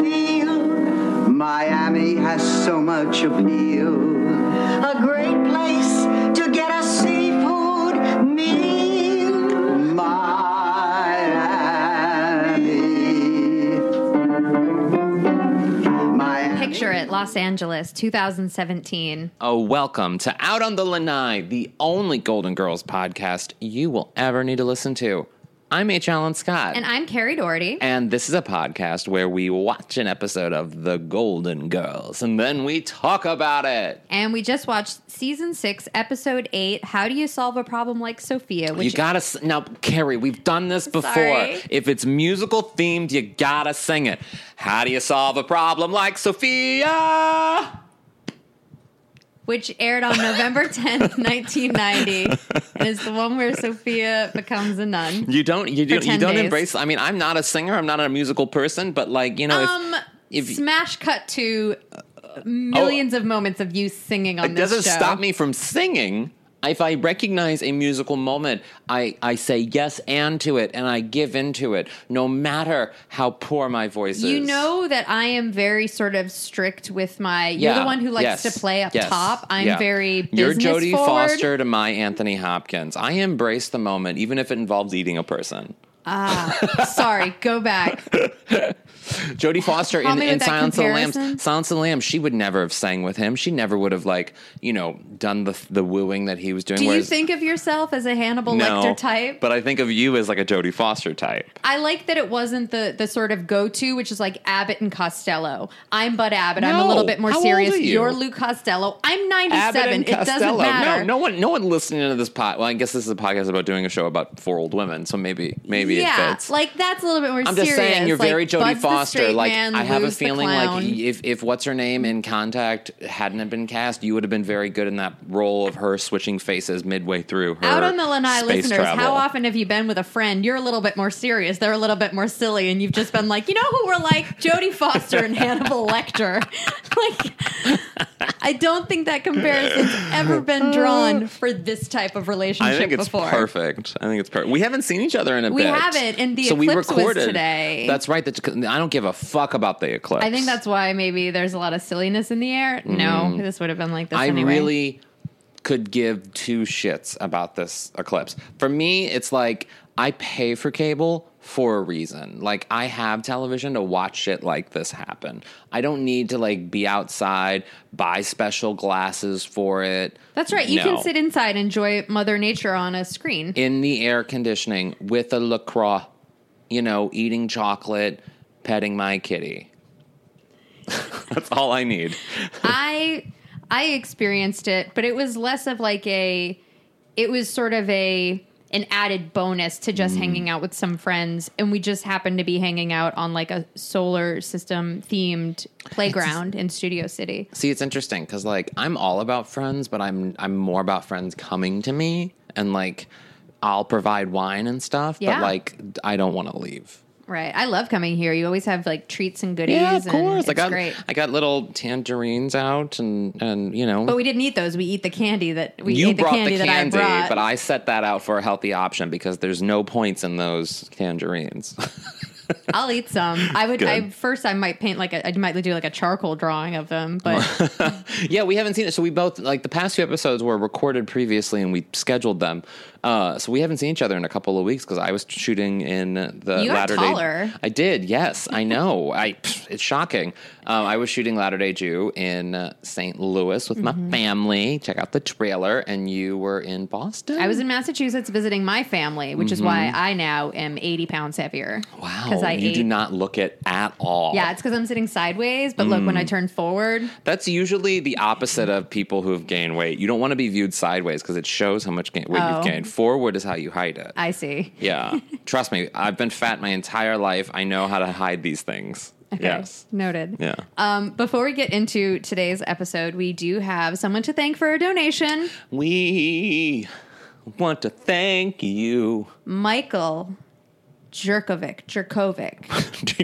feel. Miami has so much appeal. A great place to get a seafood meal. Miami. Miami. Picture it, Los Angeles, 2017. Oh, welcome to Out on the Lanai, the only Golden Girls podcast you will ever need to listen to. I'm H. Allen Scott. And I'm Carrie Doherty. And this is a podcast where we watch an episode of The Golden Girls and then we talk about it. And we just watched season six, episode eight How Do You Solve a Problem Like Sophia? you Which gotta s- now, Carrie. We've done this before. Sorry. If it's musical themed, you gotta sing it. How do you solve a problem like Sophia? which aired on November 10th, 1990. and it's the one where Sophia becomes a nun. You don't. You For don't. You 10 don't days. embrace. I mean, I'm not a singer. I'm not a musical person. But like, you know, if- Um, if, smash cut to millions of moments of you singing on it this doesn't show. stop me from singing. If I recognize a musical moment, I, I say yes and to it and I give into it, no matter how poor my voice is. You know that I am very sort of strict with my. You're Yeah. the one who likes Yes. to play up Yes. top. I'm Yeah. very business You're Jodie forward. Foster to my Anthony Hopkins. I embrace the moment, even if it involves eating a person. Sorry, go back. Jodie Foster Help in, me in with that Silence of the comparison. Lambs. Silence of the Lambs. She would never have sang with him. She never would have like you know done the the wooing that he was doing. Do you whereas- think of yourself as a Hannibal no, Lecter type? But I think of you as like a Jodie Foster type. I like that it wasn't the the sort of go to, which is like Abbott and Costello. I'm Bud Abbott. I'm a No. little bit more How old serious. are you? are Luke Costello. I'm 97. Abbott and it doesn't Costello. matter. No, no one, no one listening to this pod. Well, I guess this is a podcast about doing a show about four old women, so maybe, maybe yeah, it fits. like that's a little bit more I'm serious. just saying, you're Like, very Jodie Bud's the Foster. straight Like, man, I have a Lou's the feeling like clown. if if what's her name in Contact hadn't been cast, you would have been very good in that role of her switching faces midway through her out on the Lanai space listeners, travel. how often have you been with a friend? You're a little bit more serious. They're a little bit more silly, and you've just been like, you know who we're like? Jodie Foster and Hannibal Lecter. like, I don't think that comparison's ever been drawn for this type of relationship I think it's before. perfect. I think it's perfect. We haven't seen each other in a We bit. haven't, and the so we eclipse was recorded today. That's right. That's, I don't give a fuck about the eclipse. I think that's why maybe there's a lot of silliness in the air. No, this would have been like this Mm. I anyway. really could give two shits about this eclipse. For me, it's like I pay for cable for a reason. Like I have television to watch shit like this happen. I don't need to like be outside, buy special glasses for it. That's right. You No. can sit inside, enjoy Mother Nature on a screen. in the air conditioning with a LaCroix, you know, eating chocolate, petting my kitty. That's all I need. I I experienced it, but it was less of like a it was sort of a an added bonus to Mm. just hanging out with some friends and we just happened to be hanging out on like a solar system themed playground in Studio City. See, it's interesting because like I'm all about friends, but I'm I'm more about friends coming to me and like I'll provide wine and stuff, Yeah. but like I don't want to leave. Right. I love coming here. You always have like treats and goodies yeah, of and course. it's I got great. I got little tangerines out and and you know but we didn't eat those. We eat the candy that we you ate the brought candy, that I brought. but I set that out for a healthy option because there's no points in those tangerines. I'll eat some. I would. Good. I first I might paint like a. I might do like a charcoal drawing of them, but yeah, we haven't seen it. So we both like the past few episodes were recorded previously, and we scheduled them. Uh, so we haven't seen each other in a couple of weeks because I was shooting in the You got latter taller. day. I did. Yes, I know. I pff, it's shocking. Um, I was shooting Latter Day Jew in uh, St. Louis with Mm-hmm. my family. Check out the trailer, and you were in Boston. I was in Massachusetts visiting my family, which is why I now am eighty pounds heavier. Mm-hmm. Wow, because I you ate. do not look it at all. yeah, it's because I'm sitting sideways. But look, Mm. when I turn forward, That's usually the opposite of people who have gained weight. You don't want to be viewed sideways because it shows how much gain- weight Oh. you've gained. Forward is how you hide it. I see. yeah. Trust me, I've been fat my entire life. I know how to hide these things. Yes. noted. Yeah. Um, before we get into today's episode, we do have someone to thank for a donation. We want to thank you, Michael Jerkovic. Jerkovic.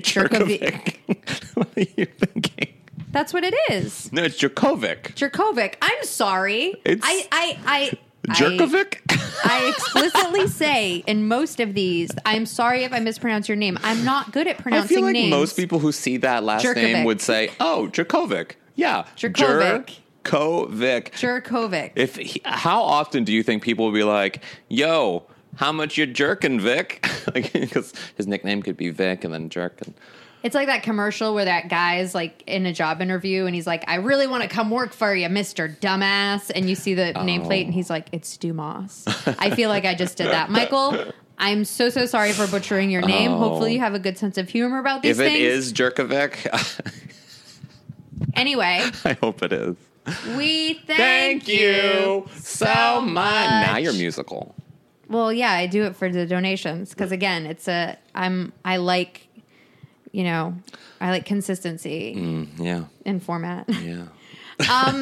Jerkovic. what are you thinking? That's what it is. No, it's Jerkovic. Jerkovic. I'm sorry. It's- I I I Jerkovic? I, I explicitly say in most of these, I'm sorry if I mispronounce your name. I'm not good at I pronouncing feel like names. most people who see that last Jerkovic. name would say, "Oh, Jerkovic." Yeah, Jerkovic. Jerkovic. Jerkovic. If he, how often do you think people will be like, "Yo, how much you jerking, Vic?" Because his nickname could be Vic and then jerking. It's like that commercial where that guy's like in a job interview and he's like, I really want to come work for you, Mr. Dumbass. And you see the nameplate and he's like, It's Dumas. I feel like I just did that. Michael, I'm so, so sorry for butchering your name. Oh. Hopefully you have a good sense of humor about these If things. it is Jerkovic, Anyway, I hope it is. we thank, you so much. Now you're musical. Well, yeah, I do it for the donations because again, it's a I'm I like, you know, I like consistency Yeah, in format. Mm. Um, yeah.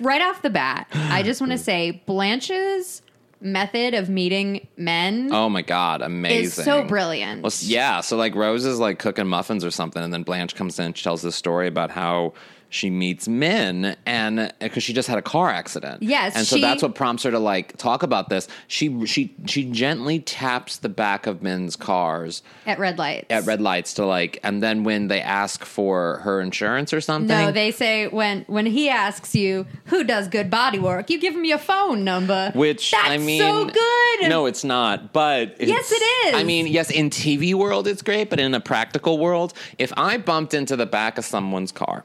right off the bat, I just want to say Blanche's method of meeting men Oh my god, amazing! is so brilliant. Well, s- yeah. So like Rose is like cooking muffins or something, and then Blanche comes in, and tells this story about how she meets men, and because she just had a car accident. Yes, and so she- that's what prompts her to like talk about this. She she she gently taps the back of men's cars At red lights. at red lights to like, and then when they ask for her insurance or something, No, they say when when he asks you who does good body work, you give him your phone number. Which That's I mean, so good. No, it's not. But Yes, it's- it is. I mean, yes, in TV world it's great, but in a practical world, if I bumped into the back of someone's car.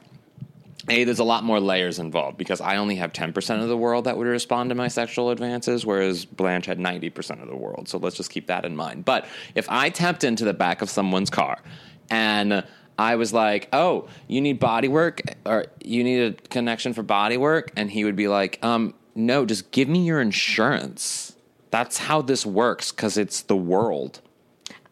A, there's a lot more layers involved because I only have 10% of the world that would respond to my sexual advances, whereas Blanche had 90% of the world. So let's just keep that in mind. But if I tapped into the back of someone's car and I was like, oh, you need body work or you need a connection for body work? And he would be like, um, no, just give me your insurance. That's how this works because it's the world.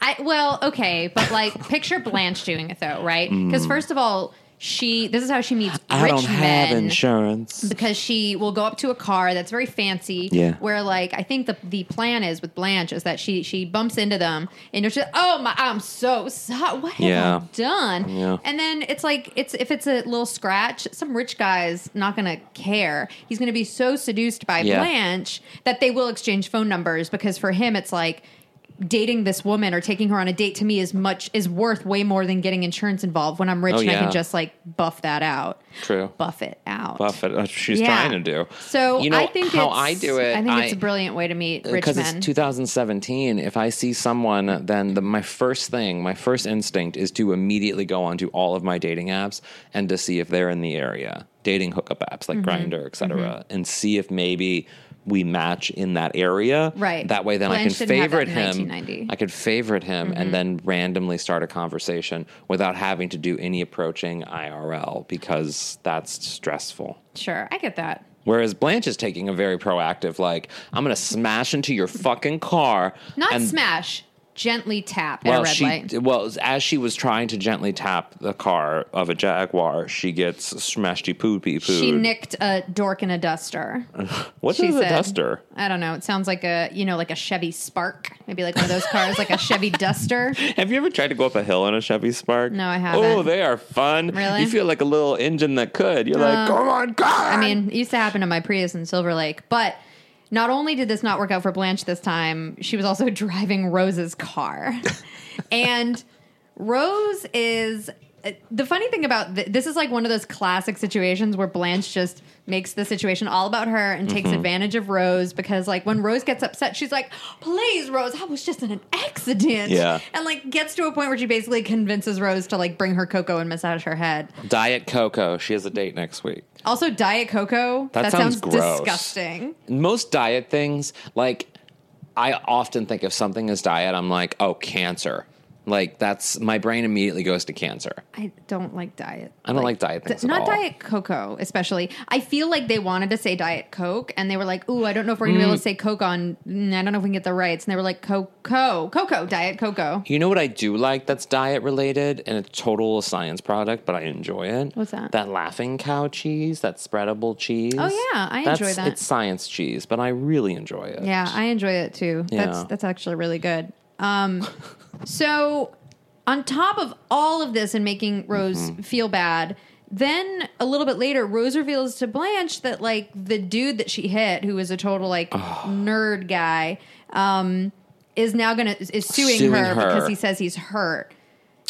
I well, okay, but like picture Blanche doing it though, right? Because first of all, she this is how she meets rich Mm. I don't have men. insurance. because she will go up to a car that's very fancy. Yeah. Where like I think the the plan is with Blanche is that she she bumps into them and you're just oh my I'm so sorry what have Yeah. I done? Yeah. And then it's like it's if it's a little scratch, some rich guy's not gonna care. He's gonna be so seduced by Yeah. Blanche that they will exchange phone numbers because for him it's like dating this woman or taking her on a date to me is much is worth way more than getting insurance involved when I'm rich Oh, and I yeah. can just like buff that out. True. Buff it out. Buffett, that's what she's Yeah. trying to do. So you know I think how it's, I do it. I think it's a brilliant way to meet rich because men. it's 2017 if i see someone then the, my first thing my first instinct is to immediately go onto all of my dating apps and to see if they're in the area dating hookup apps like Mm-hmm. grinder etc and see if maybe we match in that area Right. that way then Blanche i can didn't have that favorite in Mm-hmm. him 1990. i could favorite him and then randomly start a conversation without having to do any approaching irl because that's stressful sure, I get that. Whereas Blanche is taking a very proactive, like, I'm going to smash into your fucking car. Not and- smash, gently tap at Well, a red she, light. well, as she was trying to gently tap the car of a Jaguar, she gets smashy poopy poo. She nicked a dork in a duster. What she is a said. duster? I don't know. It sounds like a you know like a Chevy Spark, maybe like one of those cars, like a Chevy Duster. Have you ever tried to go up a hill in a Chevy Spark? No, I Oh, haven't. they are fun. Really? You feel like a little engine that could. You're like, come on, car. I mean, it used to happen to my Prius in Silver Lake, but Not only did this not work out for Blanche this time, she was also driving Rose's car. and Rose is uh, the funny thing about th- this is like one of those classic situations where Blanche just makes the situation all about her and takes advantage of Rose because like when Rose gets upset, she's like, "Please, Rose, I was just in an accident." Yeah. and like gets to a point where she basically convinces Rose to like bring her cocoa and massage her head. Diet Coco. She has a date next week. Also, diet cocoa. That sounds gross. disgusting. most diet things, like I often think if something is diet, I'm like, oh, cancer. Like that's my brain immediately goes to cancer. I don't like diet. I don't like diet things at Not all. diet cocoa, especially. I feel like they wanted to say diet coke, and they were like, "Ooh, I don't know if we're gonna be able to say coke on. mm, I don't know if we can get the rights." And they were like, "Cocoa, cocoa, diet cocoa." You know what I do like that's diet related and it's total science product, but I enjoy it. What's that? That laughing cow cheese, that spreadable cheese. Oh, yeah, I That's- enjoy that. It's science cheese, but I really enjoy it. Yeah, I enjoy it too. That's Yeah. that's actually really good. Um, so on top of all of this and making Rose Mm-hmm. feel bad, then a little bit later, Rose reveals to Blanche that like the dude that she hit, who is a total like nerd guy, um, is now gonna is suing, Suing her, her. because he says he's hurt.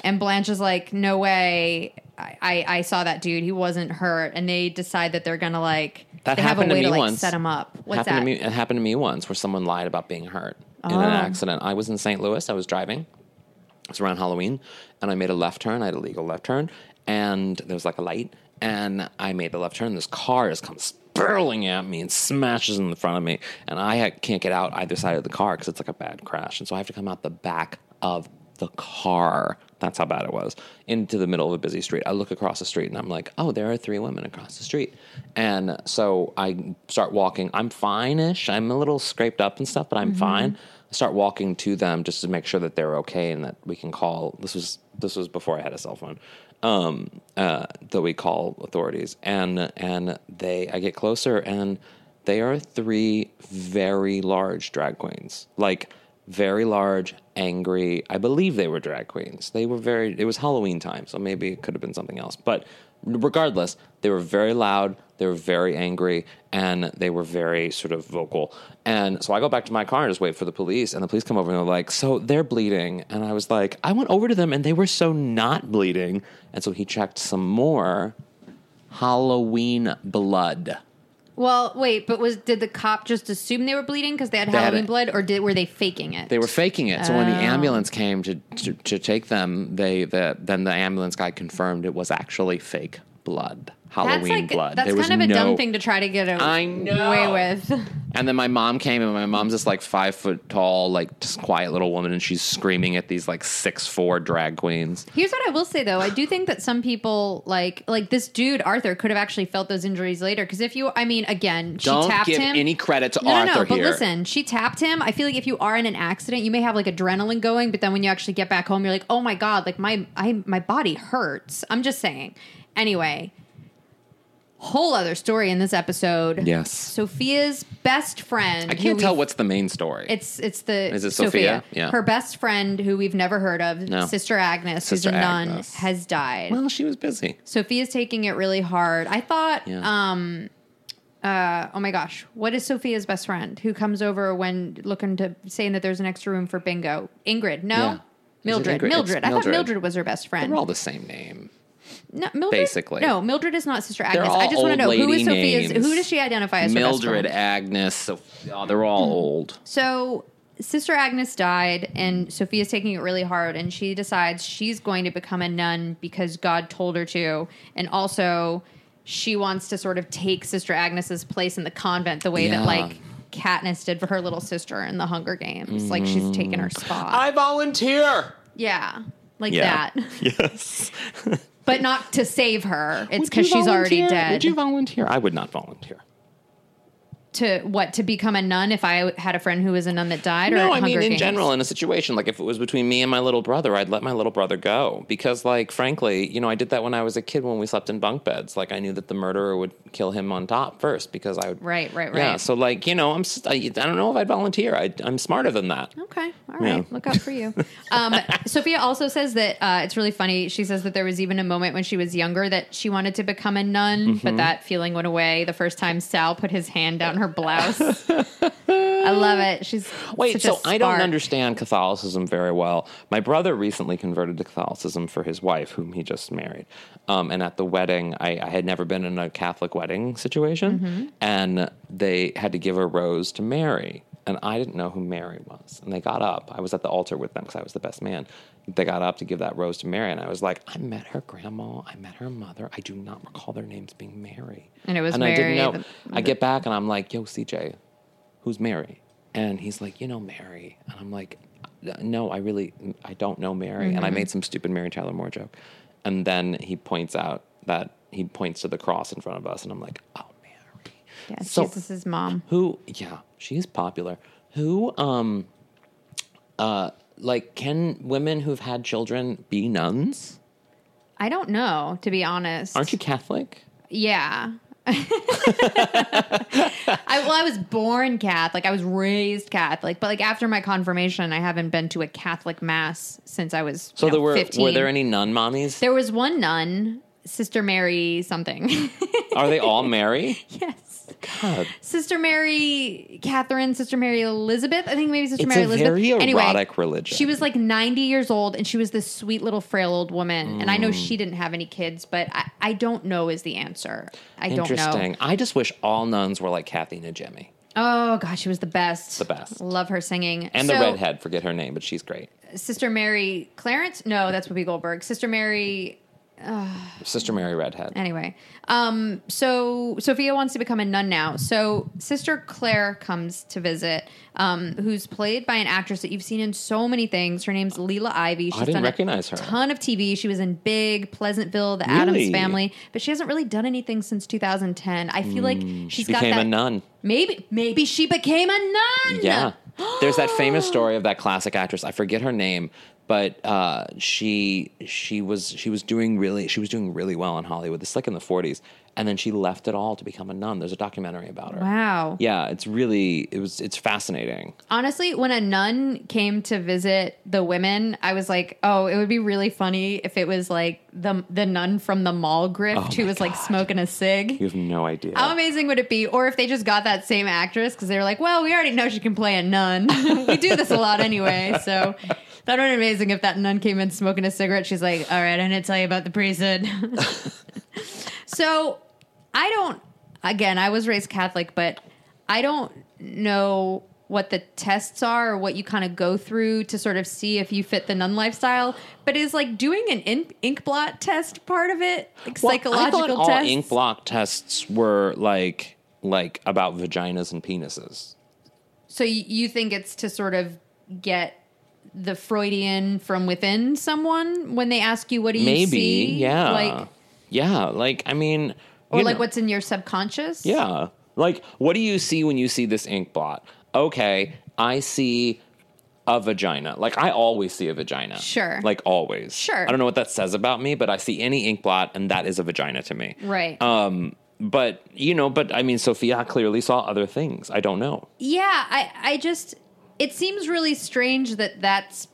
And Blanche is like, no way. I, I, I saw that dude. He wasn't hurt. And they decide that they're gonna like That they have a happened to way me to like once. set him up. What's happened that? Oh. To me, it happened to me once where someone lied about being hurt in an accident. I was in St. Louis. I was driving. It was around Halloween, and I made a left turn. I had a legal left turn, and there was like a light, and I made the left turn. This car just comes spurling at me and smashes in the front of me, and I ha- can't get out either side of the car because it's like a bad crash, and so I have to come out the back of the car. That's how bad it was. Into the middle of a busy street. I look across the street and I'm like, oh, there are three women across the street. And so I start walking. I'm fine ish. I'm a little scraped up and stuff, but I'm fine. I start walking to them just to make sure that they're okay and that we can call. This was this was before I had a cell phone. Um, uh, that we call authorities and and they I get closer and they are three very large drag queens, like very large, angry. I believe they were drag queens. They were very. It was Halloween time, so maybe it could have been something else. But regardless, they were very loud. They were very angry, and they were very sort of vocal. And so I go back to my car and just wait for the police. And the police come over and they're like, "So they're bleeding." And I was like, "I went over to them, and they were so not bleeding." And so he checked some more Halloween blood. Well, wait, but was did the cop just assume they were bleeding because they had had Halloween it. blood, or did were they faking it? They were faking it. So when the Oh. ambulance came to, to to take them, they the then the ambulance guy confirmed it was actually fake blood, Halloween that's like, blood. That's there was kind of no, a dumb thing to try to get I know. away with. And then my mom came, and my mom's this like five foot tall, like just quiet little woman, and she's screaming at these like six four drag queens. Here's what I will say though: I do think that some people like like this dude Arthur could have actually felt those injuries later because if you, I mean, again, she Don't tapped give him. any credit to no, Arthur no, no, but here. listen, she tapped him. I feel like if you are in an accident, you may have like adrenaline going, but then when you actually get back home, you're like, oh my god, like my I my body hurts. I'm just saying. Anyway, whole other story in this episode. Yes. Sophia's best friend. I who can't we- tell what's the main story. It's it's the Is it Sophia? Yeah. her best friend who we've never heard of, No. Sister Agnes, Sister who's a nun, Agnes. has died. well, she was busy. Sophia's taking it really hard. I thought, Yeah. um, uh, oh my gosh, what is Sophia's best friend who comes over when looking to saying that there's an extra room for bingo? Ingrid, no, Yeah. Is it Mildred, Ingrid? It's Mildred. I thought Mildred. Mildred was her best friend. They're all the same name. no, Mildred, basically. no, Mildred is not Sister Agnes. all I just want to old know who lady is Sophia's. names. Who does she identify as? her best Mm. Mildred, friend? Agnes, Sophia, oh, they're all old. So Sister Agnes died, and Sophia's taking it really hard, and she decides she's going to become a nun because God told her to, and also she wants to sort of take Sister Agnes's place in the convent the way Yeah. that like Katniss did for her little sister in the Hunger Games. Like Mm. she's taken her spot. volunteer. yeah. Like Yeah. that. Yes. But not to save her. It's Would because you she's already volunteer? dead. Would you volunteer? I would not volunteer. to what? To become a nun if I had a friend who was a nun that died? or No, at I mean Hunger in Games? general in a situation like if it was between me and my little brother, I'd let my little brother go because like frankly, you know, I did that when I was a kid when we slept in bunk beds. Like I knew that the murderer would kill him on top first because I would Right, right, Yeah, right. so like, you know, I'm s- I, I don't know if I'd volunteer. I I'm smarter than that. Okay. all right. Yeah. Look out for you. um, Sophia also says that uh, it's really funny. She says that there was even a moment when she was younger that she wanted to become a nun, but Mm-hmm. that feeling went away the first time Sal put his hand down her blouse. I love it. She's Wait, such so I I don't understand Catholicism very well. My brother recently converted to Catholicism for his wife, whom he just married. Um, and at the wedding, I, I had never been in a Catholic wedding situation, Mm-hmm. and they had to give a rose to Mary. And I didn't know who Mary was. And they got up. I was at the altar with them because I was the best man. They got up to give that rose to Mary. And I was like, I met her grandma. I met her mother. I do not recall their names being Mary. And it was I didn't Mary, know. the- I get back and I'm like, yo, CJ, who's Mary? And he's like, you know Mary. And I'm like, no, I really, I don't know Mary. And Mm-hmm. I made some stupid Mary Tyler Moore joke. And then he points out that he points to the cross in front of us. And I'm like, oh, Mary. Yeah, So- Jesus' mom. Who, yeah, she's popular. Who, um, uh, like, can women who've had children be nuns? I don't know, to be honest. Aren't you Catholic? Yeah. I well, I was born Catholic. I was raised Catholic, but like after my confirmation, I haven't been to a Catholic mass since I was. So you know, there were 15. were there any nun mommies? There was one nun, Sister Mary something. Are they all Mary? yes, God. Sister Mary Catherine, Sister Mary Elizabeth. I think maybe Sister It's Mary a Elizabeth. very anyway, erotic religion. She was like ninety years old, and she was this sweet little frail old woman. And I know Mm. she didn't have any kids, but I, I don't know is the answer. I don't know. Interesting. I just wish all nuns were like Kathy Najimy Oh gosh, she was the best. The best. Love her singing. and the So, redhead. Forget her name, but she's great. Sister Mary Clarence. No, that's Whoopi Goldberg. Sister Mary. Sister Mary Redhead. Anyway, um, so Sophia wants to become a nun now. So Sister Claire comes to visit, um, who's played by an actress that you've seen in so many things. Her name's Leela Ivy. She's didn't done recognize her. A ton of TV. She was in Big, Pleasantville, The Adams Really? Family, but she hasn't really done anything since 2010. I feel like she's Hmm. she got became that a nun. Maybe, maybe she became a nun. Yeah. There's that famous story of that classic actress. I forget her name, but uh, she she was she was doing really she was doing really well in Hollywood. It's like in the 40s, and then she left it all to become a nun. There's a documentary about her. Wow. Yeah, it's really it was it's fascinating. Honestly, when a nun came to visit the women, I was like, "Oh, it would be really funny if it was like the the nun from the mall grift who was like smoking a cig." You have no idea. How amazing would it be? Or if they just got that same actress because they were like, "Well, we already know she can play a nun. we do this a lot anyway." So that would be amazing if that nun came in smoking a cigarette. She's like, "All right, I didn't tell you about the priesthood." so I don't. Again, I was raised Catholic, but I don't know what the tests are or what you kind of go through to sort of see if you fit the nun lifestyle. But is like doing an in- ink blot test part of it, like Well, psychological I thought all tests? ink block tests were like like about vaginas and penises. So y- you think it's to sort of get the Freudian from within someone when they ask you what do you Maybe, see? yeah, Like yeah, like I mean, or you like know, what's in your subconscious? yeah, like what do you see when you see this ink blot? Okay, I see a vagina. Like I always see a vagina. Sure. like always. Sure. I don't know what that says about me, but I see any ink blot, and that is a vagina to me. Right. Um, but you know, but I mean, Sophia clearly saw other things. I don't know. yeah, I I just it seems really strange that that's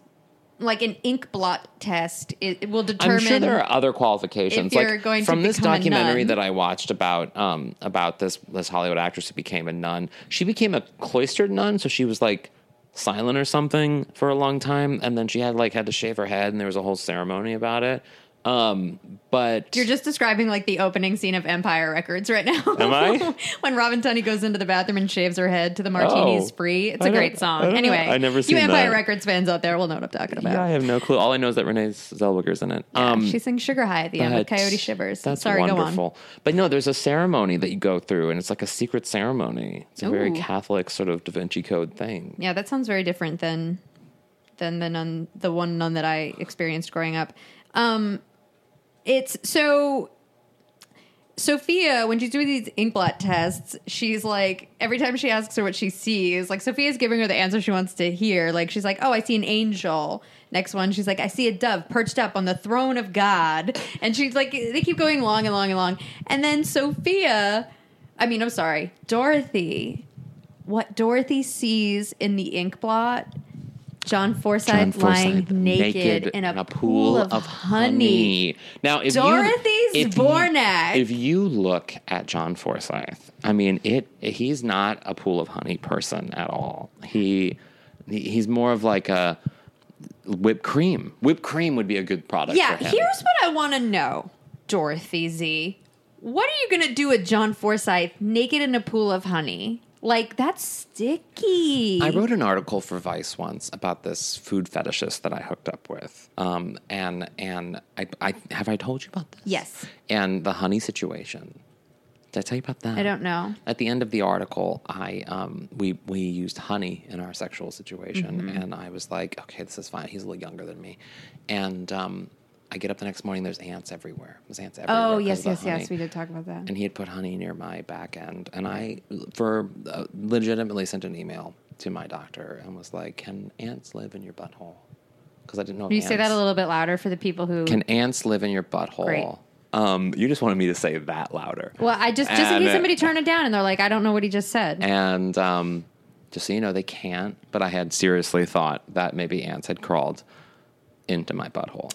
like an ink blot test. It, it will determine I'm sure there are other qualifications. if you're like going to from this become a documentary nun. that I watched about um, about this this Hollywood actress who became a nun. She became a cloistered nun, so she was like silent or something for a long time, and then she had like had to shave her head, and there was a whole ceremony about it. Um, but You're just describing like the opening scene of Empire Records right now. Am I? when Robin Tunney goes into the bathroom and shaves her head to the Martini Oh. Spree. It's I a don't- great song. I don't know. anyway, I never you seen Empire that. Records fans out there will know what I'm talking about. yeah, I have no clue. All I know is that Renee Zellweger's in it. um, she sings Sugar High at the end with But Coyote Shivers. That's Sorry, wonderful. But no, there's a ceremony that you go through, and it's like a secret ceremony. It's a very Ooh. Catholic sort of Da Vinci Code thing. Yeah, that sounds very different than than the nun, the one nun that I experienced growing up. Um, it's so. Sophia, when she's doing these inkblot tests, she's like, every time she asks her what she sees, like Sophia's giving her the answer she wants to hear. Like, she's like, oh, I see an angel. Next one, she's like, I see a dove perched up on the throne of God. And she's like, they keep going long and long and long. And then Sophia, I mean, I'm sorry, Dorothy what Dorothy sees in the ink blot John Forsyth, John Forsythe lying naked, in, a pool of, honey. Now, if Dorothy's you, if Bornak. You, if you look at John Forsyth, I mean, it. He's not a pool of honey person at all. He, he's more of like a whipped cream. Whipped cream would be a good product. Yeah, for him. here's what I want to know, Dorothy Z. What are you going to do with John Forsyth naked in a pool of honey? Like, that's sticky. I wrote an article for Vice once about this food fetishist that I hooked up with. Um, and and I, I have I told you about this? Yes. And the honey situation. Did I tell you about that? I don't know. At the end of the article, I um, we we used honey in our sexual situation, Mm-hmm. and I was like, okay, this is fine. He's a little younger than me, and um, I get up the next morning. There's ants everywhere. There's ants everywhere. Oh, 'cause yes, of the yes, yes. honey We did talk about that. and he had put honey near my back end and i for uh, legitimately sent an email to my doctor and was like can ants live in your butthole because i didn't know if Can you say that ants- a little bit louder for the people who. can ants live in your butthole Great. um you just wanted me to say that louder well, I just, just in And- uh, case somebody turned it down and they're like, I don't know what he just said. and um just so you know they can't but i had seriously thought that maybe ants had crawled into my butthole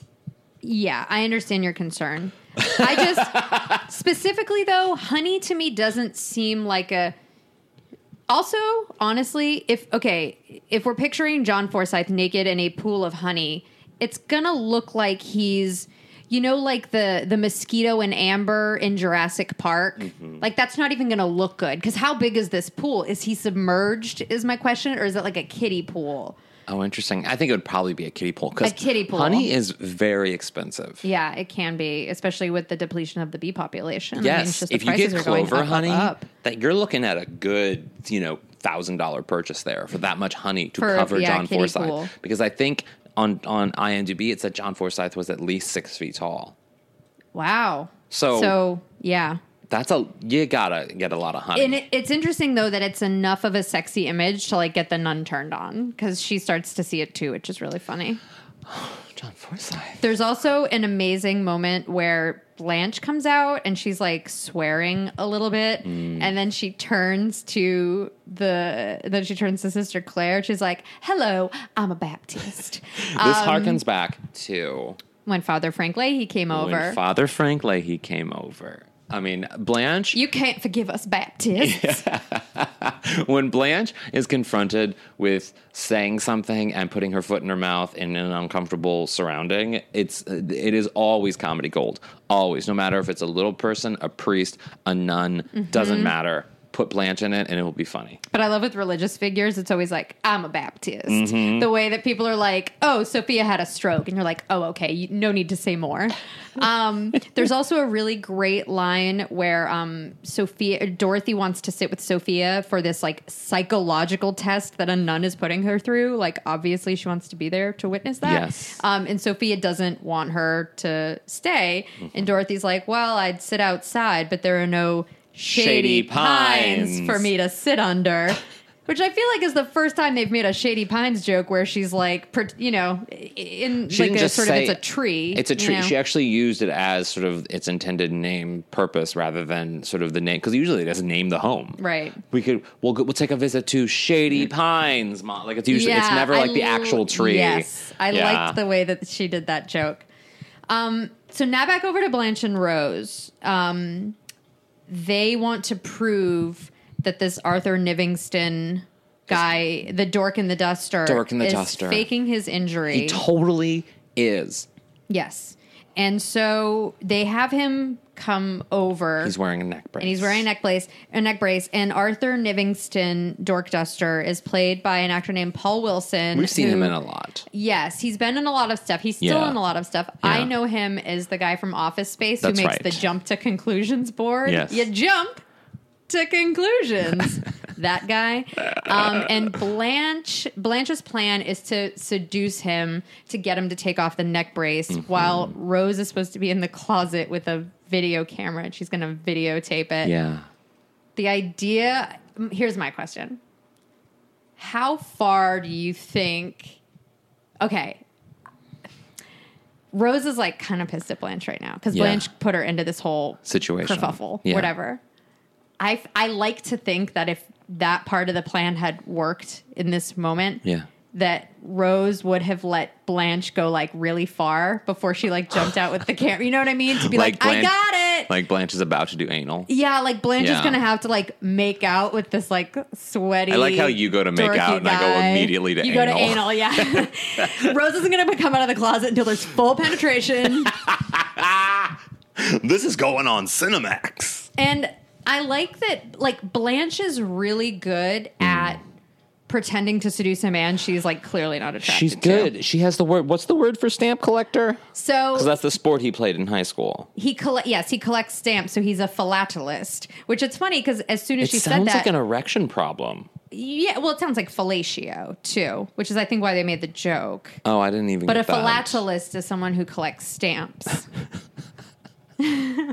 Yeah, I understand your concern. I just specifically though, honey to me doesn't seem like a also, honestly, if okay, if we're picturing John Forsyth naked in a pool of honey, it's gonna look like he's you know, like the the mosquito and amber in Jurassic Park. Like that's not even gonna look good. Cause how big is this pool? Is he submerged? Is my question, or is it like a kiddie pool? Oh, interesting. I think it would probably be a kiddie pool. 'cause A kiddie pool. Honey is very expensive. Yeah, it can be, especially with the depletion of the bee population. I mean, Hmm, it's Yes, just the if you get prices are going clover up, up, honey, up. that you're looking at a good, you know, thousand dollar purchase there for that much honey to For- cover yeah, John kiddie Forsythe. pool. Because I think on on IMDb it said John Forsythe was at least six feet tall. wow. So- so yeah, That's a you gotta get a lot of honey. and it, it's interesting though that it's enough of a sexy image to like get the nun turned on because she starts to see it too, which is really funny. John Forsythe. There's also an amazing moment where Blanche comes out and she's like swearing a little bit, Mm. and then she turns to the then she turns to Sister Claire. and She's like, "Hello, I'm a Baptist." This harkens back to when Father Frank Leahy came over, when Father Frank Leahy came over. I mean, Blanche You can't forgive us Baptists. when Blanche is confronted with saying something and putting her foot in her mouth in an uncomfortable surrounding, it's it is always comedy gold. Always, no matter if it's a little person, a priest, a nun, Mm-hmm. doesn't matter. Put Blanche in it, and it will be funny. But I love with religious figures, it's always like, I'm a Baptist. The way that people are like, oh, Sophia had a stroke. And you're like, oh, okay, you, no need to say more. Um, there's also a really great line where um, Sophia, Dorothy wants to sit with Sophia for this like psychological test that a nun is putting her through. Like, obviously, she wants to be there to witness that. Yes. Um, and Sophia doesn't want her to stay. And Dorothy's like, well, I'd sit outside, but there are no shady, Shady pines. pines. for me to sit under. Which I feel like is the first time they've made a Shady Pines joke where she's like, per- you know, i- in She like didn't a just sort say of it's a tree. It's a you tree. know? She actually used it as sort of its intended name purpose rather than sort of the name because usually it doesn't name the home. Right. Mm-hmm. We could we'll go, we'll take a visit to Shady Pines, mom. Like it's usually it's Yeah, never I like the l- actual tree. Yes, I Yeah. liked the way that she did that joke. Um, so now back over to Blanche and Rose. Um, they want to prove that this Arthur Nivingston guy, the dork in the duster, Dork in the is duster. faking his injury. He totally is. Yes. And so they have him come over. He's wearing a neck brace. and he's wearing a neck brace, a neck brace, and Arthur Nivingston Dork Duster is played by an actor named Paul Wilson. We've seen who- him in a lot. Yes, he's been in a lot of stuff. He's still Yeah. in a lot of stuff. Yeah. I know him as the guy from Office Space That's who makes right. the jump to conclusions board. Yes. You jump to conclusions. that guy. Um, and Blanche Blanche's plan is to seduce him to get him to take off the neck brace Mm-hmm. while Rose is supposed to be in the closet with a video camera and she's going to videotape it. Yeah. The idea m- here's my question. How far do you think okay. Rose is like kind of pissed at Blanche right now because Yeah. Blanche put her into this whole Situation. kerfuffle, Yeah. whatever. I f- I like to think that if that part of the plan had worked in this moment, Yeah. that Rose would have let Blanche go like really far before she like jumped out with the camera. You know what I mean? To be like, I Blanche- got it. Like Blanche is about to do anal. yeah, like Blanche is Yeah. gonna have to like make out with this like sweaty. I like how you go to make dorky out and I go guy. immediately to you go to anal. anal. Yeah, Rose isn't gonna come out of the closet until there's full penetration. This is going on Cinemax. And I like that, like, Blanche is really good Hmm. at pretending to seduce a man she's, like, clearly not attracted She's to. good. She has the word. What's the word for stamp collector? Because So that's the sport he played in high school. he collect yes, he collects stamps, so he's a philatelist, which it's funny because as soon as It she said sounds that, like an erection problem. yeah, well, it sounds like fellatio too, which is I think why they made the joke. Oh, I didn't even. But get a that. philatelist is someone who collects stamps. you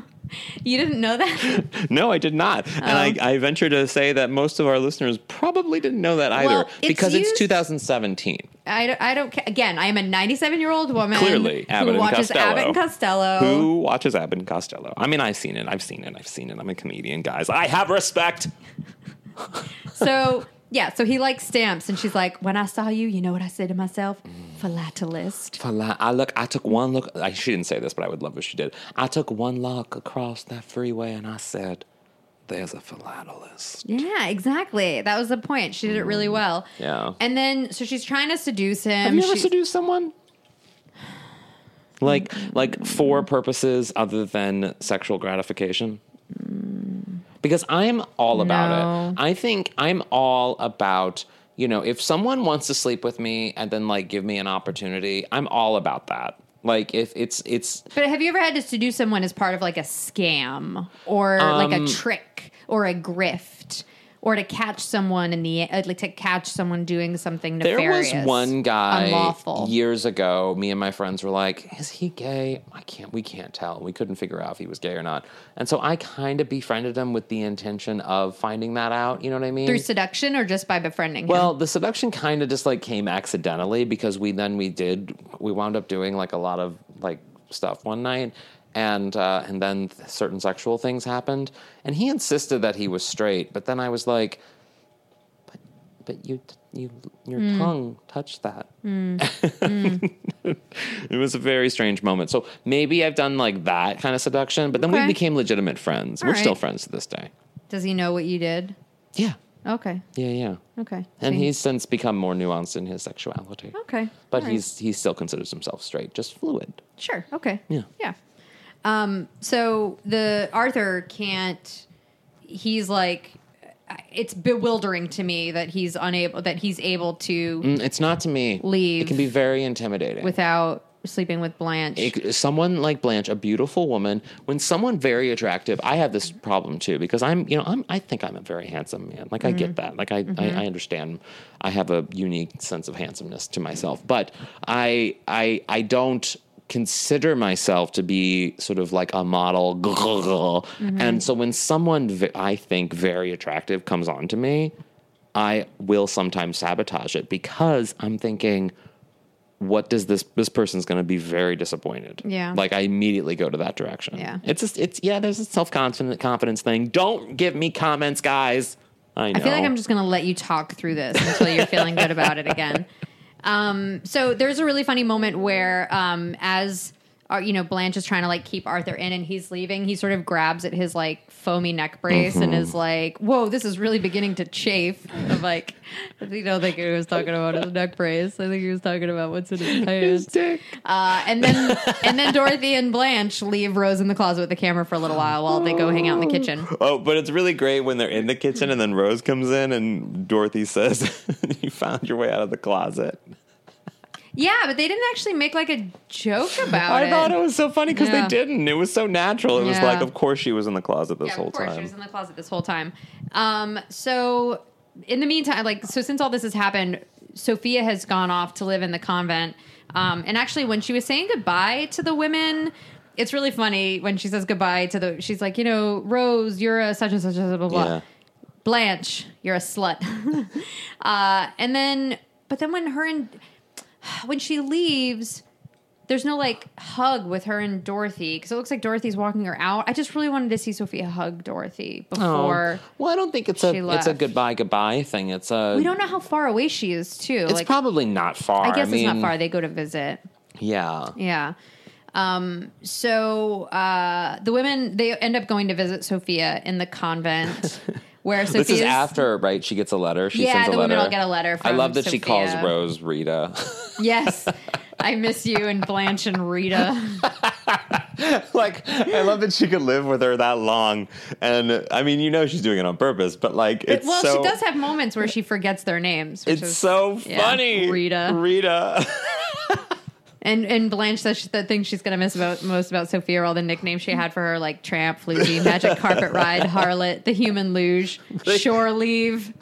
didn't know that? No, I did not. And I, I venture to say that most of our listeners probably didn't know that either Well, it's because used- it's 2017. I don't, I don't ca- Again, I am a 97 year old woman Clearly, Abbott who and watches Costello. Abbott and Costello. Who watches Abbott and Costello? I mean, I've seen it. I've seen it. I've seen it. I'm a comedian, guys. I have respect. So yeah, so he likes stamps, and she's like, "When I saw you, you know what I said to myself? Philatelist." Fala- I look. I took one look. I, she didn't say this, but I would love if she did. I took one look across that freeway, and I said, "There's a philatelist." Yeah, exactly. That was the point. She did it really well. Yeah. And then, so she's trying to seduce him. Have you ever She- seduced someone? Like, like for purposes other than sexual gratification? Because I'm all about No. it. I think I'm all about, you know, if someone wants to sleep with me and then like give me an opportunity, I'm all about that. Like if it's it's but have you ever had to seduce someone as part of like a scam or like Um, a trick or a grift? Or to catch someone in the uh, like to catch someone doing something there nefarious. was one guy unlawful. years ago. Me and my friends were like, "Is he gay? I can't. We can't tell. We couldn't figure out if he was gay or not." And so I kind of befriended him with the intention of finding that out. You know what I mean? through seduction or just by befriending him. Well, the seduction kind of just like came accidentally because we then we did we wound up doing like a lot of like stuff one night and uh, and then certain sexual things happened and he insisted that he was straight but then I was like but but you you your tongue touched that. it was a very strange moment. So maybe I've done like that kind of seduction, but then Okay. we became legitimate friends. All We're right. still friends to this day. Does he know what you did? Yeah. Okay. Yeah, yeah. Okay. So And he- he's since become more nuanced in his sexuality. Okay. But All right. he's he still considers himself straight, just fluid. Sure. Okay. Yeah. Yeah. Um, so the Arthur can't. He's like, it's bewildering to me that he's unable that he's able to Mm, It's not to me. Leave. It can be very intimidating. without sleeping with Blanche. It- someone like Blanche, a beautiful woman, when someone very attractive, I have this problem too because I'm, you know, I'm, I think I'm a very handsome man. Like I get that. Like I, I, I understand. I have a unique sense of handsomeness to myself, but I, I, I don't consider myself to be sort of like a model. And so when someone ve- I think very attractive comes on to me, I will sometimes sabotage it because I'm thinking, what does this this person's going to be very disappointed? Yeah. like I immediately go to that direction. Yeah. it's just it's yeah. There's a self confident confidence thing. Don't give me comments, guys. I know. I feel like I'm just going to let you talk through this until you're feeling good about it again. Um, so there's a really funny moment where, um, as uh, you know, Blanche is trying to like keep Arthur in, and he's leaving. He sort of grabs at his like foamy neck brace and Mm-hmm. is like, "Whoa, this is really beginning to chafe." Of like, you don't think he was talking about his neck brace. I think he was talking about what's in his pants. Dick. Uh, and then, and then Dorothy and Blanche leave Rose in the closet with the camera for a little while while they go hang out in the kitchen. Oh, but it's really great when they're in the kitchen and then Rose comes in and Dorothy says, "You found your way out of the closet." Yeah, but they didn't actually make like a joke about I it. thought it was so funny because Yeah. they didn't. It was so natural. It was Yeah. like, of course she was in the closet this yeah, whole of course, time. she was in the closet this whole time. Um, so in the meantime, like, so since all this has happened, Sophia has gone off to live in the convent. Um, and actually, when she was saying goodbye to the women. It's really funny when she says goodbye to the. She's like, you know, Rose, you're a such and such and such, blah blah. blah. Yeah. Blanche, you're a slut. uh, and then, but then when her and when she leaves, There's no like hug with her and Dorothy because it looks like Dorothy's walking her out. I just really wanted to see Sophia hug Dorothy before. well, I don't think it's she a it's a left. goodbye goodbye thing. It's a We don't know how far away she is too. it's like probably not far. I guess mean, it's not far. They go to visit. Yeah. Yeah. Um, so uh, the women they end up going to visit Sophia in the convent where Sophia's This is after, right? She gets a letter. She Yeah, sends a the letter. women all get a letter I from love that she calls Sophia. Rose Rita. Yes. I miss you and Blanche and Rita. like, I love that she could live with her that long. And I mean, you know, she's doing it on purpose, but like, it's well, so she does have moments where she forgets their names. Which it's is, so yeah, funny. Rita. Rita. and and Blanche, that's the thing she's gonna miss about most about Sophia, are all the nicknames she had for her, like tramp, floozy, magic carpet ride, harlot, the human luge, shore leave.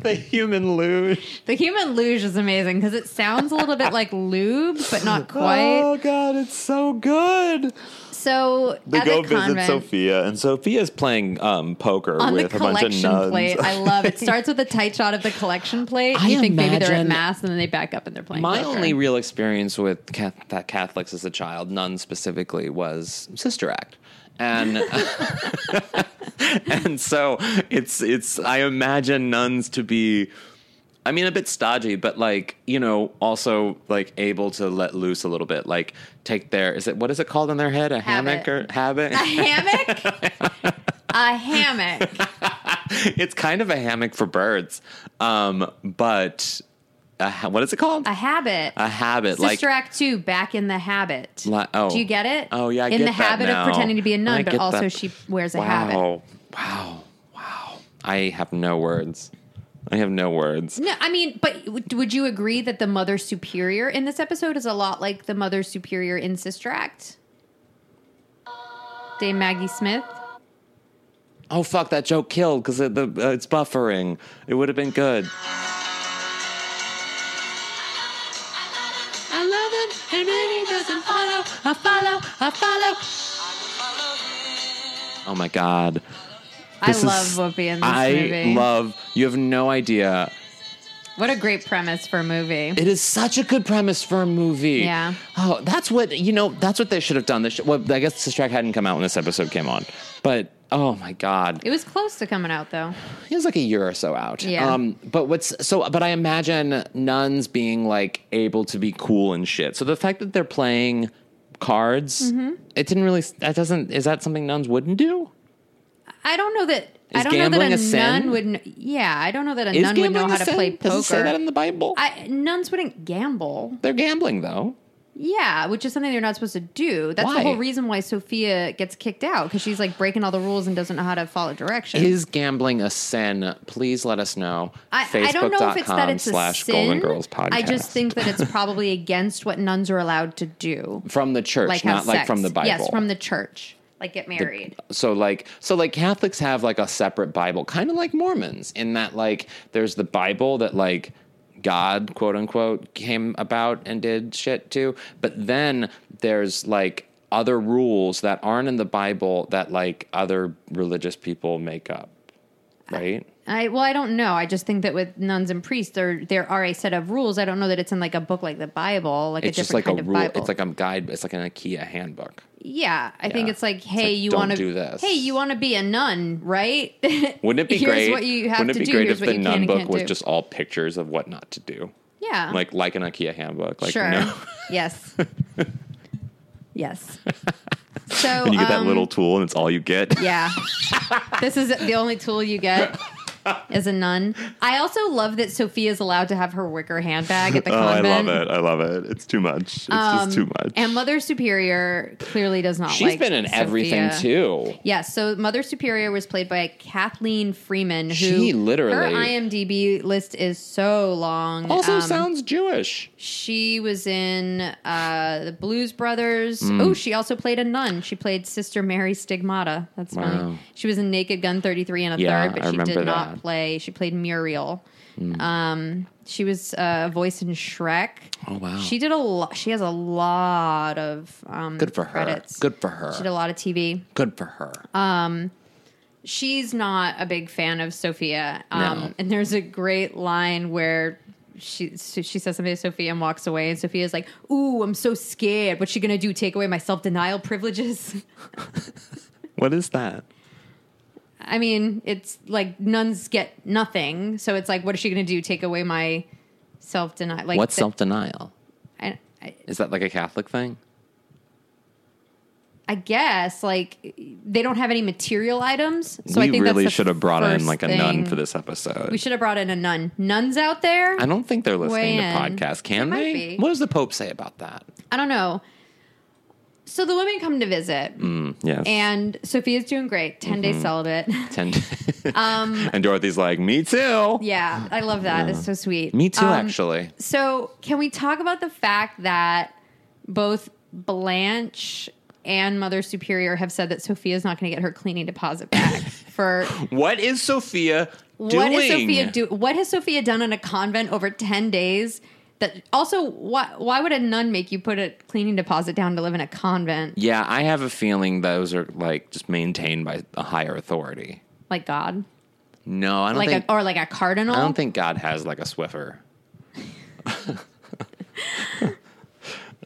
the human luge. The human luge is amazing because it sounds a little bit like lube, but not quite. Oh, God, it's so good. So They at go the visit convent, Sophia, and Sophia's playing um, poker on the with a bunch of collection nuns. plate. I love it. Starts with a tight shot of the collection plate. I you think maybe they're at imagine- mass, and then they back up and they're playing. My poker. only real experience with Cath- that Catholics as a child, nuns specifically, was Sister Act. And and so it's it's I imagine nuns to be I mean a bit stodgy, but like, you know, also like able to let loose a little bit. Like take their is it what is it called on their head? A Habit. hammock or habit? a hammock. a hammock. it's kind of a hammock for birds. Um, but a, ha- what is it called? A habit. A habit. Sister like Act Two, back in the habit. Li- oh. Do you get it? Oh, yeah, I in get the that habit now. of pretending to be a nun, I but get also that. she wears a wow. habit. Wow. Wow. I have no words. I have no words. No, I mean, but w- would you agree that the mother superior in this episode is a lot like the mother superior in Sister Act? Dame Maggie Smith. Oh fuck! That joke killed because it, the, uh, it's buffering. It would have been good. I love it. It really doesn't follow. I follow. I follow. Oh my god! This I is- love Whoopi in this I movie. love. You have no idea what a great premise for a movie. It is such a good premise for a movie. Yeah. Oh, that's what you know. That's what they should have done. This. Should, well, I guess Sister Act hadn't come out when this episode came on, but oh my god, It was close to coming out though. it was like a year or so out. Yeah. Um, but what's so? But I imagine nuns being like able to be cool and shit. So the fact that they're playing cards, Mm-hmm. it didn't really. That doesn't. Is that something nuns wouldn't do? I don't know that. I Is don't know that gambling a, a sin? nun would. kn- Yeah, I don't know that a Is nun would know gambling how a to sin? play Does it poker. say that in the Bible? I, nuns wouldn't gamble. they're gambling though. Yeah, which is something they're not supposed to do. That's the Why? whole reason why Sophia gets kicked out because she's like breaking all the rules and doesn't know how to follow directions. Is gambling a sin? Please let us know. I, I don't know if it's that Facebook.com it's a slash sin. Golden Girls podcast. I just think that it's probably against what nuns are allowed to do, from the church, like have not like sex. from the Bible. Yes, from the church, like get married. so like so like Catholics have like a separate Bible, kind of like Mormons, in that like there's the Bible that like God quote unquote came about and did shit to, but then there's like other rules that aren't in the Bible that like other religious people make up, right? I well, I don't know. I just think that with nuns and priests, there there are a set of rules. I don't know that it's in like a book like the Bible, like it's a just different like a kind rule. of Bible. It's like a guide. It's like an IKEA handbook. yeah, I think Yeah. it's like, It's hey, like, you don't want to do this. Hey, you want to be a nun, right? Wouldn't it be Here's great? what you have Wouldn't to it do. be great Here's if what the you can nun and book can't was do. just all pictures of what not to do? yeah, Like like an IKEA handbook. Like sure, no. yes, yes. So And you get that um, little tool and it's all you get. Yeah. this is the only tool you get as a nun. I also love that Sophia is allowed to have her wicker handbag at the convent. Oh, I love it. It's too much. It's Um, And Mother Superior clearly does not She's like been in everything Sophia. too. Yeah, so Mother Superior was played by Kathleen Freeman, who She her literally- IMDb list is so long. Also Um, sounds Jewish. she was in uh, the Blues Brothers. Mm. Oh, she also played a nun. She played Sister Mary Stigmata. That's Wow. funny. She was in Naked Gun 33 and a Yeah, third, but I she remember did not that. Mm. play. She played Muriel. Um, she was uh, a voice in Shrek. Oh, wow. She did a lot. She has a lot of um, Good for her. Credits. Good for She did a her. lot of TV. Good for her. Uh, She's not a big fan of Sophia. Um, No. And there's a great line where she so she says something to Sophia and walks away, and Sophia's like, "Ooh, I'm so scared. What's she gonna do? Take away my self denial privileges?" What is that? I mean, it's like nuns get nothing, so it's like, what is she gonna do? Take away my self denial? Like What's the- self denial? I, I, Is that like a Catholic thing? I guess like they don't have any material items, so we I think really that's the should have brought in first like a nun thing. for this episode. We should have brought in a nun. Nuns out there? I don't think they're listening to Weigh in. podcasts, can They might they? be. What does the Pope say about that? I don't know. So the women come to visit, Yes. and Sophia's doing great. 10 Mm-hmm. day celibate. Ten- and Dorothy's like, me too. um, yeah, I love that. It's so sweet. Me too, Um, actually. So, can we talk about the fact that both Blanche and Mother Superior have said that Sophia's not going to get her cleaning deposit back for What is Sophia doing? What is Sophia do? What has Sophia done in a convent over ten days? That also, why why would a nun make you put a cleaning deposit down to live in a convent? Yeah, I have a feeling those are like just maintained by a higher authority. Like God, No, I don't like think. a, or like a cardinal? I don't think God has like a Swiffer.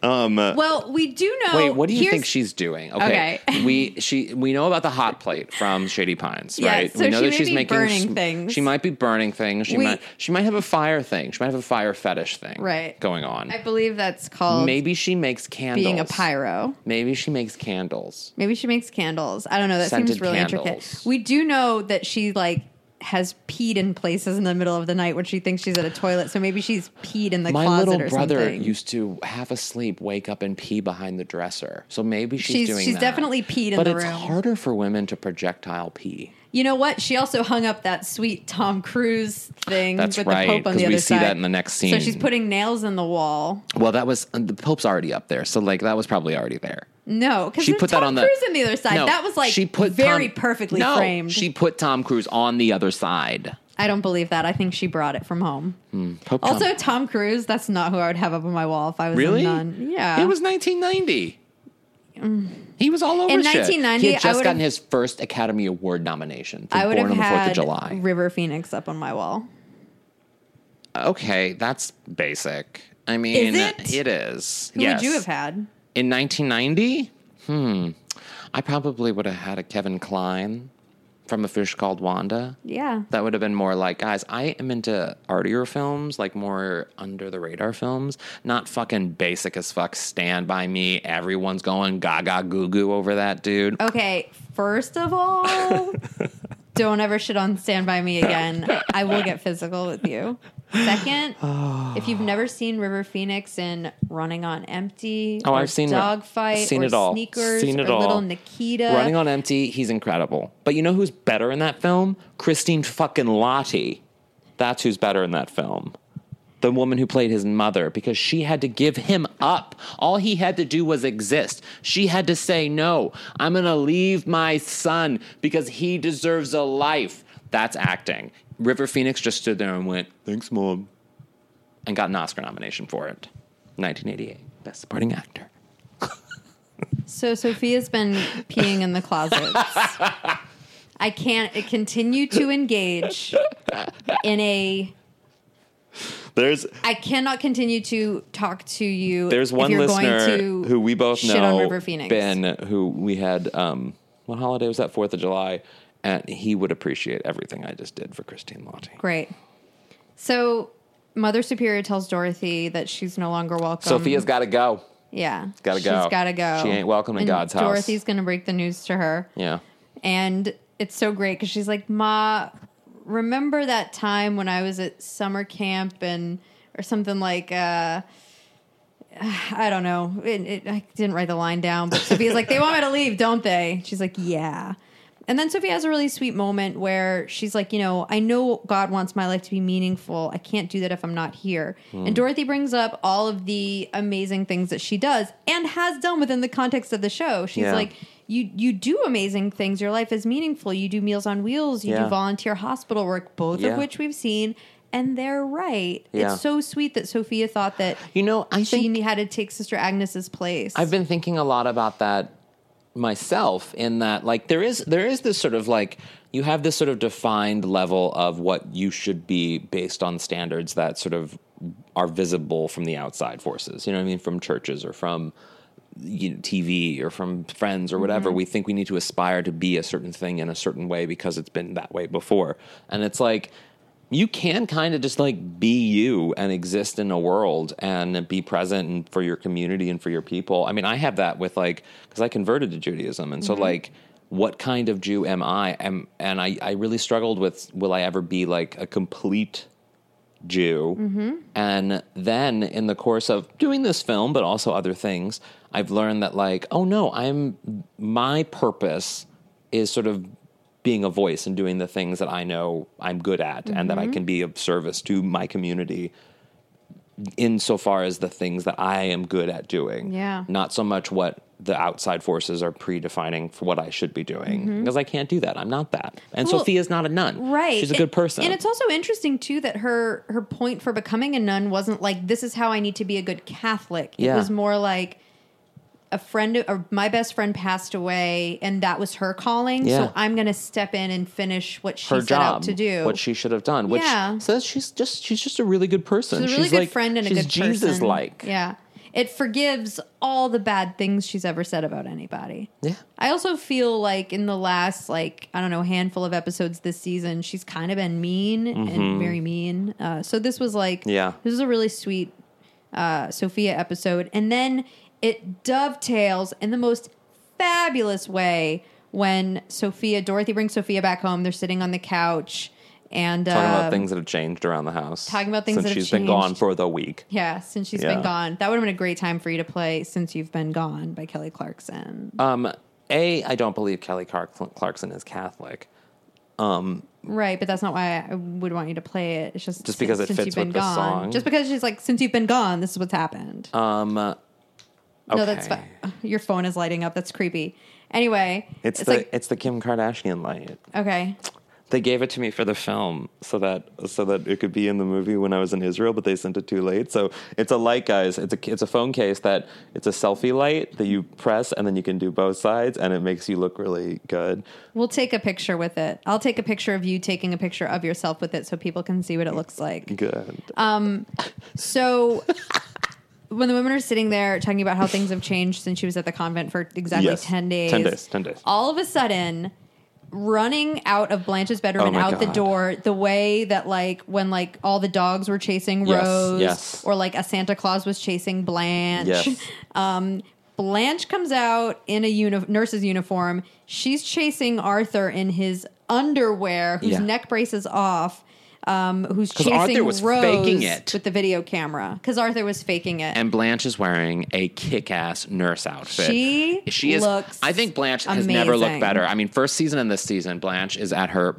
well, we do know. Um, uh, Wait, what do you here's- think she's doing? Okay, Okay. we she we know about the hot plate from Shady Pines, Yeah, right? so we know she that may she's be making burning sm- things. She might be burning things. She We- might she might have a fire thing. She might have a fire fetish thing, Right. Going on. I believe that's called Maybe she makes candles. being a pyro. Maybe she makes candles. Maybe she makes candles. I don't know. That seems Scented really intricate. candles. We do know that she like has peed in places in the middle of the night when she thinks she's at a toilet. So maybe she's peed in the My closet little or brother something. used to half asleep, wake up and pee behind the dresser. So maybe she's, She's- doing she's that. definitely peed in but the it's room. harder for women to projectile pee. You know what? She also hung up that sweet Tom Cruise thing That's with right, the Pope on 'cause the we other see that side. in the next So scene. she's putting nails in the wall. Well, that was and the Pope's already up there, so like that was probably already there. No, because She put Tom that on the Cruise on the other side. No, that was like she put very Tom- perfectly no, framed. She put Tom Cruise on the other side. I don't believe that. I think she brought it from home. Pope Tom- Also, Tom Cruise. That's not who I would have up on my wall if I was really? a nun. Yeah, Mm. it was 1990. He was all over In shit. 1990, he had I just would've- gotten his first Academy Award nomination for I would Born have on the Fourth had of July. River Phoenix up on my wall. Okay, that's basic. I mean, it? it is. Who yes. would you have had? In 1990? Hmm. I probably would have had a Kevin Klein from A Fish Called Wanda. Yeah, That would have been more like, guys, I am into artier films, like more under the radar films, not fucking basic as fuck. Stand by me. Everyone's going gaga goo goo over that dude. Okay, first of all, don't ever shit on Stand By Me again. I will get physical with you. Second, Oh. if you've never seen River Phoenix in Running on Empty, Oh, or I've seen it. Dogfight, Seen or it all. Sneakers, Seen it or all. Little Nikita, Running on empty, he's incredible. But you know who's better in that film? Christine fucking Lottie. That's who's better in that film. The woman who played his mother, because she had to give him up. All he had to do was exist. She had to say, No, I'm gonna leave my son because he deserves a life. That's acting. River Phoenix just stood there and went, Thanks, Mom. And got an Oscar nomination for it. 1988, Best Supporting Actor. So Sophia's been peeing in the closets. I can't it continue to engage in a There's I cannot continue to talk to you. There's if one you're going listener to who we both shit know, on River Phoenix. Ben, who we had. Um, what holiday was that? Fourth of July, and he would appreciate everything I just did for Christine Lottie. Great. So Mother Superior tells Dorothy that she's no longer welcome. Sophia's got to go. yeah, gotta She's go. gotta go. She ain't welcome in And God's house. Dorothy's gonna break the news to her, Yeah, and it's so great because she's like, "Ma, remember that time when I was at summer camp and or something like." uh I don't know. It, it, I didn't write the line down, but Sophia's like, they want me to leave, don't they? She's like, yeah. And then Sophia has a really sweet moment where she's like, you know, I know God wants my life to be meaningful. I can't do that if I'm not here. And Dorothy brings up all of the amazing things that she does and has done within the context of the show. She's Yeah. like, you you do amazing things. Your life is meaningful. You do Meals on Wheels. You Yeah. do volunteer hospital work, both Yeah. of which we've seen. And they're right. Yeah. It's so sweet that Sophia thought that you know, I she think had to take Sister Agnes's place. I've been thinking a lot about that myself in that like there is there is this sort of like you have this sort of defined level of what you should be based on standards that sort of are visible from the outside forces you know what i mean from churches or from you know tv or from friends or whatever we think we need to aspire to be a certain thing in a certain way because it's been that way before and it's like you can kind of just like be you and exist in a world and be present and for your community and for your people. I mean, I have that with like because I converted to Judaism, and so like, what kind of Jew am I? Am and I I really struggled with will I ever be like a complete Jew? Mm-hmm. And then in the course of doing this film, but also other things, I've learned that like, oh no, I'm my purpose is sort of being a voice and doing the things that I know I'm good at and that I Mm-hmm. can be of service to my community insofar as the things that I am good at doing. Yeah. Not so much what the outside forces are predefining for what I should be doing. Because I can't do that. I'm not that. And Mm-hmm. Well, Sophia's not a nun. right She's a And- good person. and it's also interesting too that her her point for becoming a nun wasn't like this is how i need to be a good catholic Yeah. it was more like a friend or my best friend passed away and that was her calling Yeah. so i'm gonna step in and finish what she her set job out to do what she should have done which Yeah. says she's just she's just a really good person she's a really good like friend and a she's good jesus like person. yeah it forgives all the bad things she's ever said about anybody yeah I also feel like in the last like I don't know handful of episodes this season, she's kind of been mean and very mean. Uh, so this was like Mm-hmm. Yeah. this is a really sweet uh, Sophia episode, and then it dovetails in the most fabulous way when Sophia Dorothy brings Sophia back home. They're sitting on the couch and talking um, about things that have changed around the house talking about things since that have she's been gone changed. for the week Yeah, since she's Yeah. been gone, that would have been a great time for you to play "Since You've Been Gone" by Kelly Clarkson. um a i don't believe kelly Clark- clarkson is catholic Right, but that's not why I would want you to play it. It's just Just because it since fits you've been with the gone. song. Just because she's like, since you've been gone, this is what's happened. um uh, No, that's okay. fine. Your phone is lighting up. That's creepy. Anyway, it's, the it's the kim kardashian light okay. they gave it to me for the film so that so that it could be in the movie when I was in Israel, but they sent it too late. So it's a light, guys. It's a it's a phone case that it's a selfie light that you press and then you can do both sides, and it makes you look really good. We'll take a picture with it. I'll take a picture of you taking a picture of yourself with it so people can see what it looks like. Good. So when the women are sitting there talking about how things have changed since she was at the convent for exactly Yes. 10 days. 10 days, 10 days. All of a sudden, running out of Blanche's bedroom Oh and my out the God. door the way that like when like all the dogs were chasing Yes, Rose yes. or like a Santa Claus was chasing Blanche. Yes. Um Blanche comes out in a uni- nurse's uniform. She's chasing Arthur in his underwear, whose Yeah. neck brace is off. Um, who's chasing Arthur was Rose faking it. with the video camera because Arthur was faking it. and Blanche is wearing a kick-ass nurse outfit. She looks I think Blanche has never amazing. looked better. I mean, first season and this season, Blanche is at her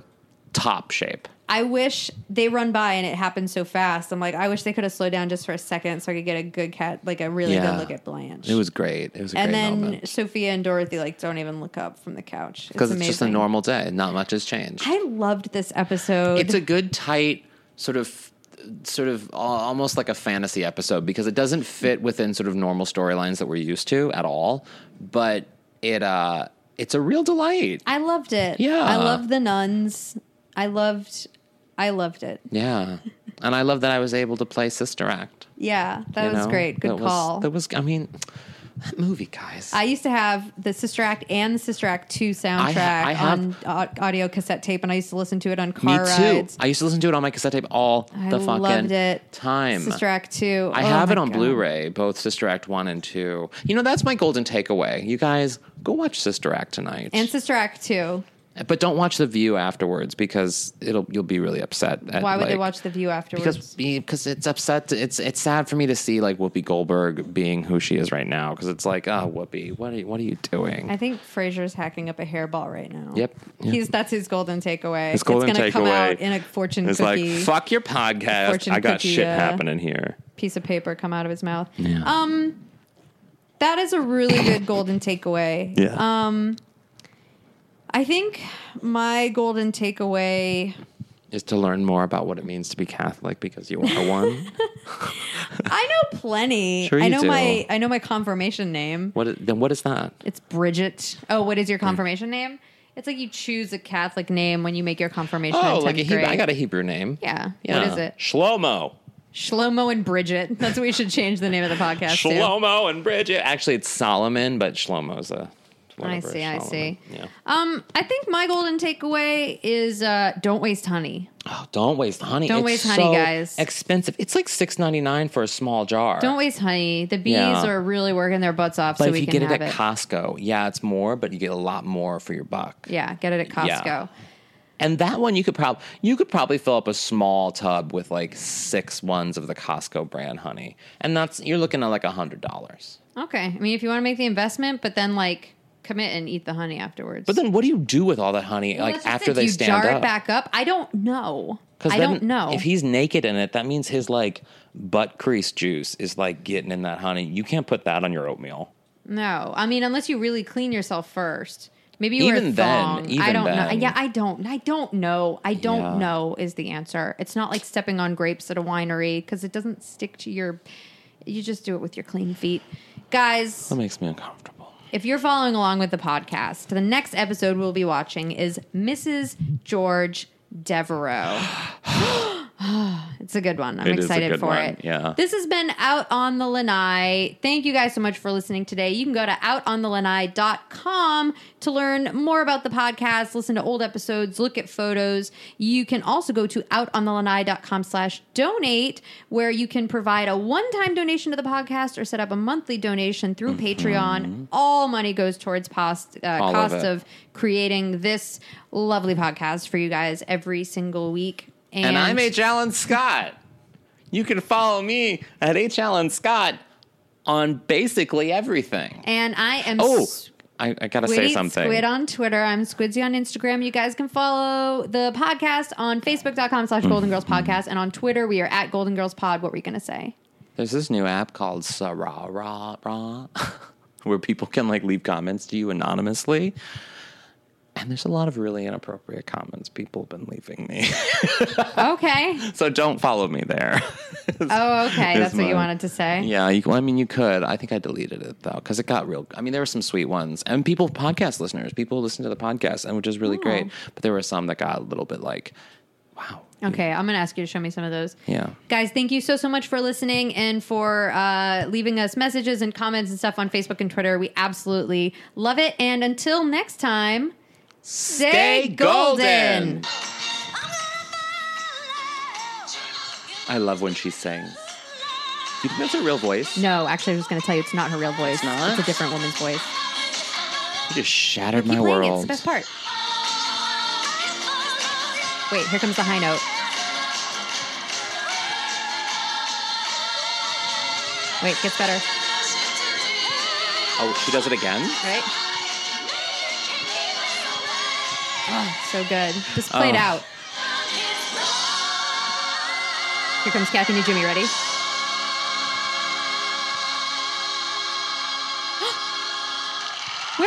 top shape. I wish they run by and it happened so fast. I'm like, I wish they could have slowed down just for a second so I could get a good cat, like a really Yeah. good look at Blanche. It was great. It was a and great then moment Sophia and Dorothy like don't even look up from the couch because it's, just a amazing. normal day. Not much has changed. I loved this episode. It's a good tight sort of sort of al- almost like a fantasy episode because it doesn't fit within sort of normal storylines that we're used to at all, but it uh it's a real delight. I loved it. Yeah. I loved the nuns. I loved. I loved it. Yeah. And I love that I was able to play sister act. Yeah, that you was know? great. Good That was- call. that was I mean that movie, guys. I used to have the Sister Act and the Sister Act 2 soundtrack I have- on au- audio cassette tape, and I used to listen to it on Me car too. rides. I used to listen to it on my cassette tape all I the fucking loved it. time. Sister Act 2. I Oh have my it on God. Blu-ray, both Sister Act One and Two. You know, that's my golden takeaway. You guys go watch Sister Act tonight, And Sister Act 2. but don't watch The View afterwards because it'll you'll be really upset. at, Why would they like- watch The View afterwards? Because because it's upset. It's it's sad for me to see like Whoopi Goldberg being who she is right now because it's like oh Whoopi, what are you, what are you doing? I think Frasier's hacking up a hairball right now. Yep. Yep. He's that's his golden takeaway. His golden it's gonna come takeaway out in a fortune it's cookie like fuck your podcast. Fortune I got cookie, shit uh, happening here. piece of paper come out of his mouth. Um that is a really good golden takeaway. Yeah. I think my golden takeaway is to learn more about what it means to be Catholic because you are one. I know plenty. Sure you I know do. my I know my confirmation name. what is, then what is that? It's Bridget. Oh, what is your Mm. confirmation name? It's like you choose a Catholic name when you make your confirmation. Oh, in like a 10th Hebrew. grade. I got a Hebrew name. Yeah. Yeah. What is it? Shlomo. Shlomo and Bridget. That's what we should change the name of the podcast to. Shlomo and Bridget. Actually, it's Solomon, but Shlomo's a. I whatever, see. I Solomon. see. Yeah. Um, I think my golden takeaway is uh, don't waste honey. Oh, don't waste honey. Don't It's waste honey, so guys. Expensive. It's like six ninety nine for a small jar. Don't waste honey. The bees Yeah. are really working their butts off, But so if we you can get it have at it. Costco, yeah, it's more, but you get a lot more for your buck. yeah, get it at Yeah. Costco. And that one you could probably you could probably fill up a small tub with like six ones of the Costco brand honey, and that's you're looking at like a hundred dollars. Okay. I mean, if you want to make the investment, but then like commit and eat the honey afterwards. But then what do you do with all that honey Well, like that's just after it. they you stand jar up? it back up. I don't know. 'Cause I then don't know. If he's naked in it, that means his like butt crease juice is like getting in that honey. You can't put that on your oatmeal. no, I mean, unless you really clean yourself first. Maybe you wear a Even then, thong. I even don't know. then. Yeah, I don't. I don't know. I don't Yeah. know is the answer. It's not like stepping on grapes at a winery because it doesn't stick to your. You just do it with your clean feet, guys. That makes me uncomfortable. If you're following along with the podcast, the next episode we'll be watching is Mrs. George Devereaux. it's a good one. I'm It is a excited good for one, it. yeah. This has been Out on the Lanai. Thank you guys so much for listening today. You can go to outonthelanai.com to learn more about the podcast, listen to old episodes, look at photos. You can also go to outonthelanai.com slash donate, where you can provide a one-time donation to the podcast or set up a monthly donation through Patreon. All money goes towards post, uh, Mm-hmm. All of cost it. of creating this lovely podcast for you guys every single week. And, And, I'm H. Allen Scott. You can follow me at H. Allen Scott on basically everything. And I am Oh, s- I, I gotta Squiddy say something. Squid on Twitter. I'm Squidsy on Instagram. You guys can follow the podcast on Facebook.com Mm-hmm. slash Golden Girls Podcast. And on Twitter, we are at Golden Girls Pod. What were you going to say? There's this new app called Sarah Ra Ra, where people can like leave comments to you anonymously. And there's a lot of really inappropriate comments people have been leaving me. Okay. so don't follow me there. Oh, okay. That's It's what you mine. wanted to say. Yeah, you, well, I mean, you could. I think I deleted it though because it got real. I mean, there were some sweet ones, and people, podcast listeners, people listen to the podcast, and which is really great. But there were some that got a little bit like, wow, Okay. I'm going to ask you to show me some of those. yeah. Guys, thank you so, so much for listening and for uh, leaving us messages and comments and stuff on Facebook and Twitter. We absolutely love it. And until next time, stay, golden. I love when she sings. Do you think that's her real voice? No, actually, I was going to tell you it's not her real voice. It's, not? a different woman's voice. You just shattered my Keep playing it. It's world. the best part. Wait, here comes the high note. Wait, gets better, Oh, she does it again. right? Oh, so good. Just play it Oh. out. Here comes Kathy and Jimmy. Ready? Where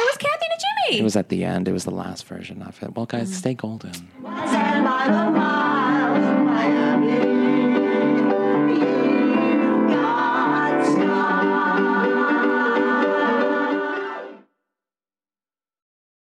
was Kathy and Jimmy? Mm. It was at the end. It was the last version of it. Well, guys, stay golden. Stand by the mile.